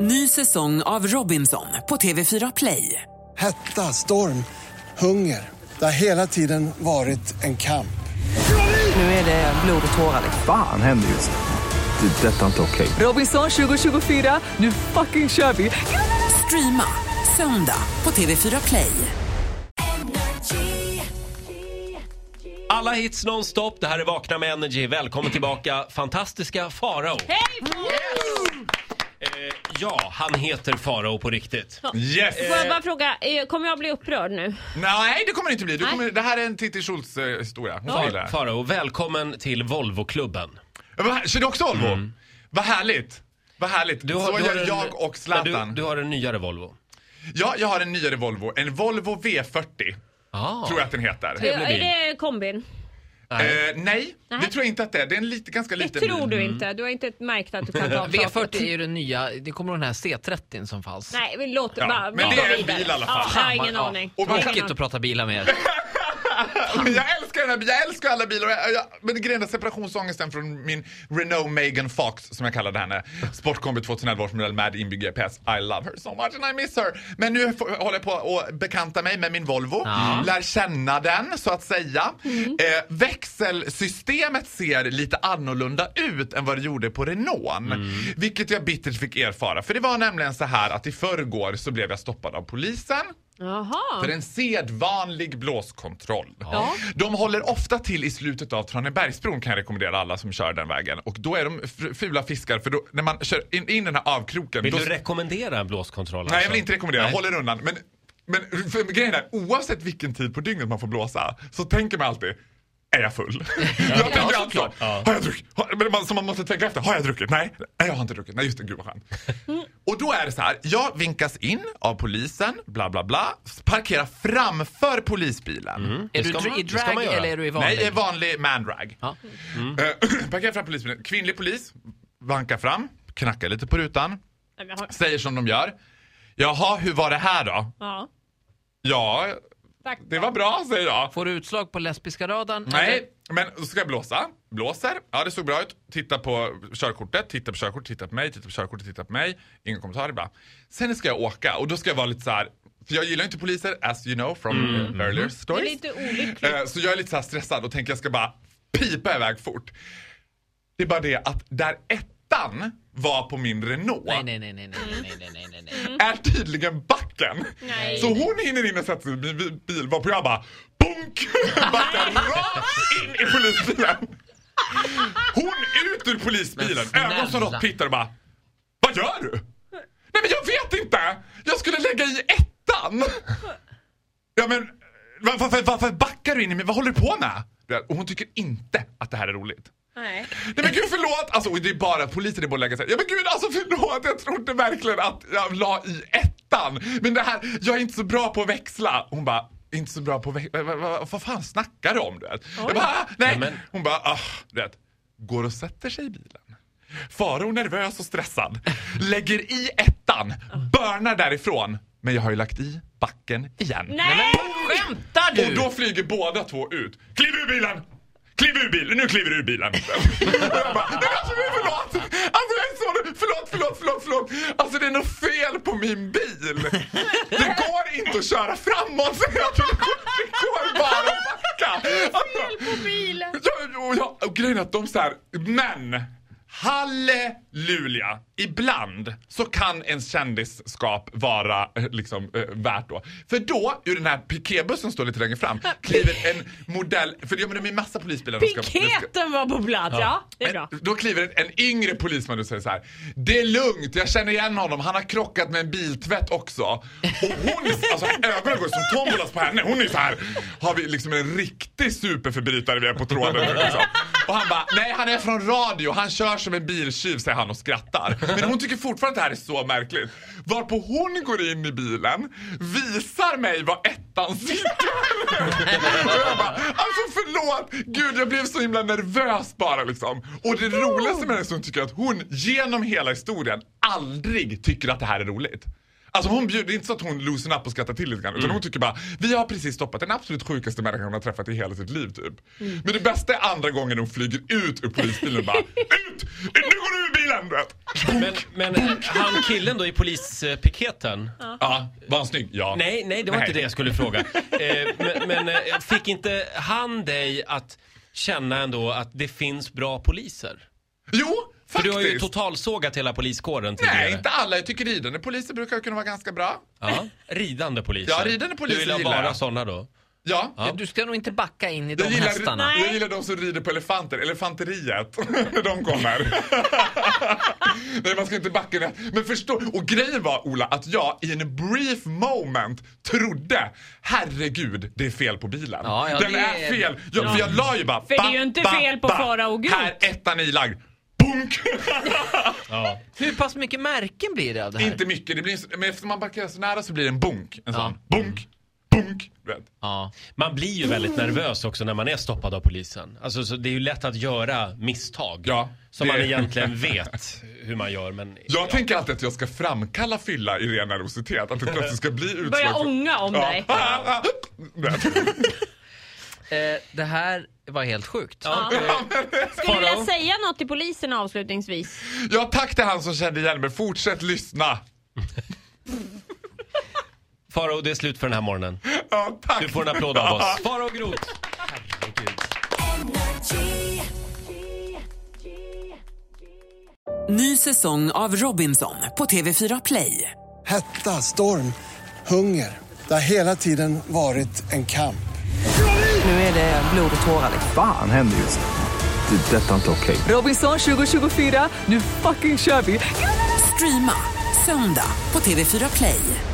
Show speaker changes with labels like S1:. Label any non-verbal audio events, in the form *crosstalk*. S1: Ny säsong av Robinson på TV4 Play.
S2: Hetta, storm, hunger. Det har hela tiden varit en kamp.
S1: Nu är det blod och tårar.
S3: Fan händer just nu. Det. är Detta är inte okej.
S1: Robinson 2024, nu fucking kör vi! Streama söndag på TV4 Play.
S4: Alla hits nonstop. Det här är Vakna med Energy. Välkommen tillbaka, fantastiska Farao. Eh, ja, han heter Farao på riktigt.
S5: Yes!
S6: Får jag bara fråga, eh, kommer jag bli upprörd nu?
S5: Nej, det kommer det inte bli. Du kommer, det här är en Titti Schultz eh, historia. Hon sa ju det.
S4: Far,
S5: här.
S4: Farao, välkommen till Volvo-klubben.
S5: Ja, vad här- Kör du också Volvo? Vad härligt! Vad härligt.
S4: Du
S5: Så
S4: du
S5: gör
S4: en-
S5: jag och
S4: Men Du,
S5: Zlatan.
S4: du har en nyare Volvo.
S5: Ja, jag har en nyare Volvo. En Volvo V40,
S4: Ah.
S5: tror jag att den heter.
S6: Eh,
S5: Eh,
S4: Trevlig
S6: Är
S4: bil.
S6: det kombin?
S5: nej, det
S6: Nej.
S5: tror jag inte att det är. Det är en lite, Mm. ganska
S6: Det
S5: liten
S6: tror
S5: bil.
S6: du inte. Du har inte märkt att du kan
S5: *laughs*
S6: ta av
S7: V40
S6: taket.
S7: är ju den nya, det kommer den här C30 som fanns.
S6: Nej, vi låter
S5: Ja,
S6: bara.
S5: men
S6: vi
S5: det
S6: går
S5: är en
S6: vidare.
S5: bil i alla
S6: Ja,
S5: fall.
S6: jag har ingen
S7: Ja.
S6: aning.
S5: Och
S6: Ingen
S7: Tråkigt
S6: aning.
S7: att prata bilar med er.
S5: Men jag älskar den här bilen, jag älskar alla bilar. Och Jag, jag, men grejen är separationsångesten från min Renault Megan Fox, som jag kallade henne. Sportkombi 2011 års modell med inbyggd GPS. I love her so much and I miss her. Men nu får, håller jag på att bekanta mig med min Volvo. Lär känna den, så att säga. Eh, växelsystemet ser lite annorlunda ut än vad det gjorde på Renaulten. Vilket jag bittert fick erfara. För det var nämligen så här att i förrgår så blev jag stoppad av polisen. För
S6: Jaha.
S5: en sedvanlig blåskontroll.
S6: Ja.
S5: De håller ofta till i slutet av Tranebergsbron kan jag rekommendera alla som kör den vägen. Och då är de f- fula fiskar för då, när man kör in, in den här avkroken.
S4: Vill
S5: då,
S4: du rekommendera en blåskontroll?
S5: Nej, jag
S4: alltså?
S5: vill inte rekommendera.
S4: Nej.
S5: Jag håller undan. Men, men för grejen är, oavsett vilken tid på dygnet man får blåsa så tänker man alltid är jag full? *laughs* jag tänker alltid så.
S4: såklart. Ja.
S5: Har jag druckit? Har, men man, så man måste tänka efter. Har jag druckit? Nej, nej jag har inte druckit. Nej, just det. Gud vad skönt.
S4: *laughs*
S5: Och då är det så här. Jag vinkas in av polisen, bla bla bla. Parkerar framför polisbilen.
S7: Är du
S4: ska man-
S7: dr- i
S4: det ska man
S7: drag
S4: göra.
S7: eller är du i
S5: Nej,
S7: vanlig? Mm.
S5: jag är vanlig mandrag.
S7: Ja.
S5: Eh, *clears throat* parkerar fram polisbilen. Kvinnlig polis vankar fram, knackar lite på rutan,
S6: Nej, men jag har-
S5: säger som de gör. Jaha, hur var det här då?
S6: Ja.
S5: Ja,
S6: Tack.
S5: det var bra säger jag.
S7: Får du utslag på lesbiska radarn? eller?
S5: Nej, men så ska jag blåsa. Blåser. Ja, det såg bra ut. Titta på körkortet, titta på körkortet, titta på mig, titta på körkortet, titta på mig. Ingen kommentarer bara. Sen ska jag åka och då ska jag vara lite så här. För jag gillar inte poliser, as you know from
S7: Mm.
S5: eh, earlier
S6: Det är
S5: stories.
S6: lite olyckligt.
S5: Eh, Så jag är lite så här stressad och tänker jag ska bara pipa iväg fort. Det är bara det att där ettan var på min Renault
S7: Nej, nej, nej, nej, nej, nej, nej, nej, nej,
S5: *laughs*
S7: nej.
S5: är tydligen backen.
S6: Nej.
S5: Så hon hinner in och sätter sig i min bil varpå jag bara bunk! *laughs* Backar rakt in i polisbilen. Hon ut ur polisbilen,
S7: Men snälla.
S5: ögon som råttpittar och bara Vad gör du? Nej men jag vet inte! Jag skulle lägga i ettan! Ja men va- varför, varför backar du in i mig? Vad håller du på med? Och hon tycker inte att det här är roligt. *laughs*
S6: Nej.
S5: Nej men gud förlåt! Alltså och det är bara polisen är på att lägga sig. Ja men gud alltså förlåt! Jag trodde verkligen att jag la i ettan. Men det här, jag är inte så bra på att växla. Hon bara, inte så bra på att växla? Vad, vad, vad fan snackar du om du vet? Jag bara, ah, nej.
S4: Ja, men-
S5: Hon bara, ah, du vet. Går och sätter sig i bilen. Farao nervös och stressad. Lägger i ettan. Börnar därifrån. Men jag har ju lagt i backen igen.
S6: Nej!
S7: *laughs* Skämtar du?
S5: Och då flyger båda två ut. Kliv ur bilen! Kliv ur bilen! Nu kliver du ur bilen! och jag bara, nej men alltså förlåt! Alltså det är så, förlåt, förlåt, förlåt, förlåt! Alltså det är något fel på min bil! Det går inte att köra framåt! säger jag till dem. Det går bara att backa! Alltså,
S6: På bilen.
S5: Ja, och, ja, och grejen är att de så här, men halleluja, ibland så kan ens kändisskap vara eh, liksom eh, värt då. För då, ur den här piketbussen står lite längre fram, kliver en modell, för det, ja, men det är massa polisbilar. de ska- de ska-
S6: Piketen var på plats. Ja, det är bra.
S5: men Då kliver en, en yngre polisman och säger så här. Det är lugnt, jag känner igen honom. Han har krockat med en biltvätt också. Och hon, är- alltså ögonen går som tombolas på henne. Hon är så här. Har vi liksom en riktig superförbrytare vi är på tråden nu liksom. Och han bara, nej han är från radio. Han kör som en biltjuv säger han och skrattar. Men hon tycker fortfarande att det här är så märkligt. Varpå hon går in i bilen, visar mig var ettan sitter. Och jag bara, alltså förlåt! Gud, jag blev så himla nervös bara liksom. Och det roligaste med den som tycker jag att hon genom hela historien aldrig tycker att det här är roligt. Alltså hon bjuder, det är inte så att hon loosen up och skrattar till lite grann
S4: Mm.
S5: utan hon tycker bara vi har precis stoppat den absolut sjukaste människan hon har träffat i hela sitt liv
S4: Mm. *laughs*
S5: typ. Men det bästa är andra gången hon flyger ut ur polisbilen och bara ut! Nu går du ur bilen! bilen du vet.
S4: Men, men han killen då i polispiketen?
S5: Ja, var han snygg? Ja.
S4: Nej, nej det var
S5: Nej.
S4: inte det jag skulle fråga. Eh, men men eh, fick inte han dig att känna ändå att det finns bra poliser?
S5: Jo,
S4: För du
S5: faktiskt.
S4: har ju totalsågat hela poliskåren tidigare.
S5: Nej, inte alla. Jag tycker ridande poliser brukar kunna vara ganska bra.
S4: Ja, ridande poliser.
S5: Ja, ridande poliser
S4: Du vill ha
S5: gillar
S4: bara
S5: jag.
S4: sådana då?
S5: Ja.
S7: Ja, Du ska nog inte backa in i de
S5: Jag gillar,
S7: hästarna.
S5: jag gillar de som rider på elefanter, elefanteriet, *laughs* när de
S7: *laughs*
S5: kommer. Nej, man ska inte backa ner. Men förstå, och grejen var Ola att jag i en brief moment trodde, herregud, det är fel på bilen.
S7: Ja, ja,
S5: Den
S7: det
S5: är
S7: är-
S5: fel. Jag, För jag la ju bara,
S6: För det är ju inte fel på Farao Groth.
S5: Här, ettan är ilagd. Bunk!
S4: Ja.
S7: Hur pass mycket märken blir det av det här?
S5: inte mycket, det blir, men eftersom man backar så nära så blir det en bunk. En sån, bunk, bunk. Du vet.
S7: Ja.
S4: Man blir ju väldigt nervös också när man är stoppad av polisen. Alltså, så det är ju lätt att göra misstag.
S5: Ja,
S4: som
S5: det-
S4: man egentligen vet hur man gör. Men
S5: Jag tänker alltid att jag ska framkalla fylla i ren nervositet. Att det plötsligt ska bli utslag.
S6: Börja ånga om
S5: Ja. *laughs*
S6: dig.
S5: Ah, ah, ah.
S7: Eh, det här var helt sjukt.
S6: Skulle du vilja säga något till polisen avslutningsvis?
S5: Ja, tack till han som kände igen mig. Fortsätt lyssna.
S4: Farao, det är slut för den här morgonen.
S5: Ja, tack.
S4: Du får en applåd
S5: *laughs*
S4: av oss. Farao Groth!
S1: Ny säsong av Robinson på TV4 Play.
S2: Hetta, storm, hunger. Det har hela tiden varit en kamp.
S1: Nu är det blod och tårar.
S3: Fan händer just nu. Det. är Detta är inte okej.
S1: Robinson 2024, nu fucking kör vi! Streama söndag på TV4 Play.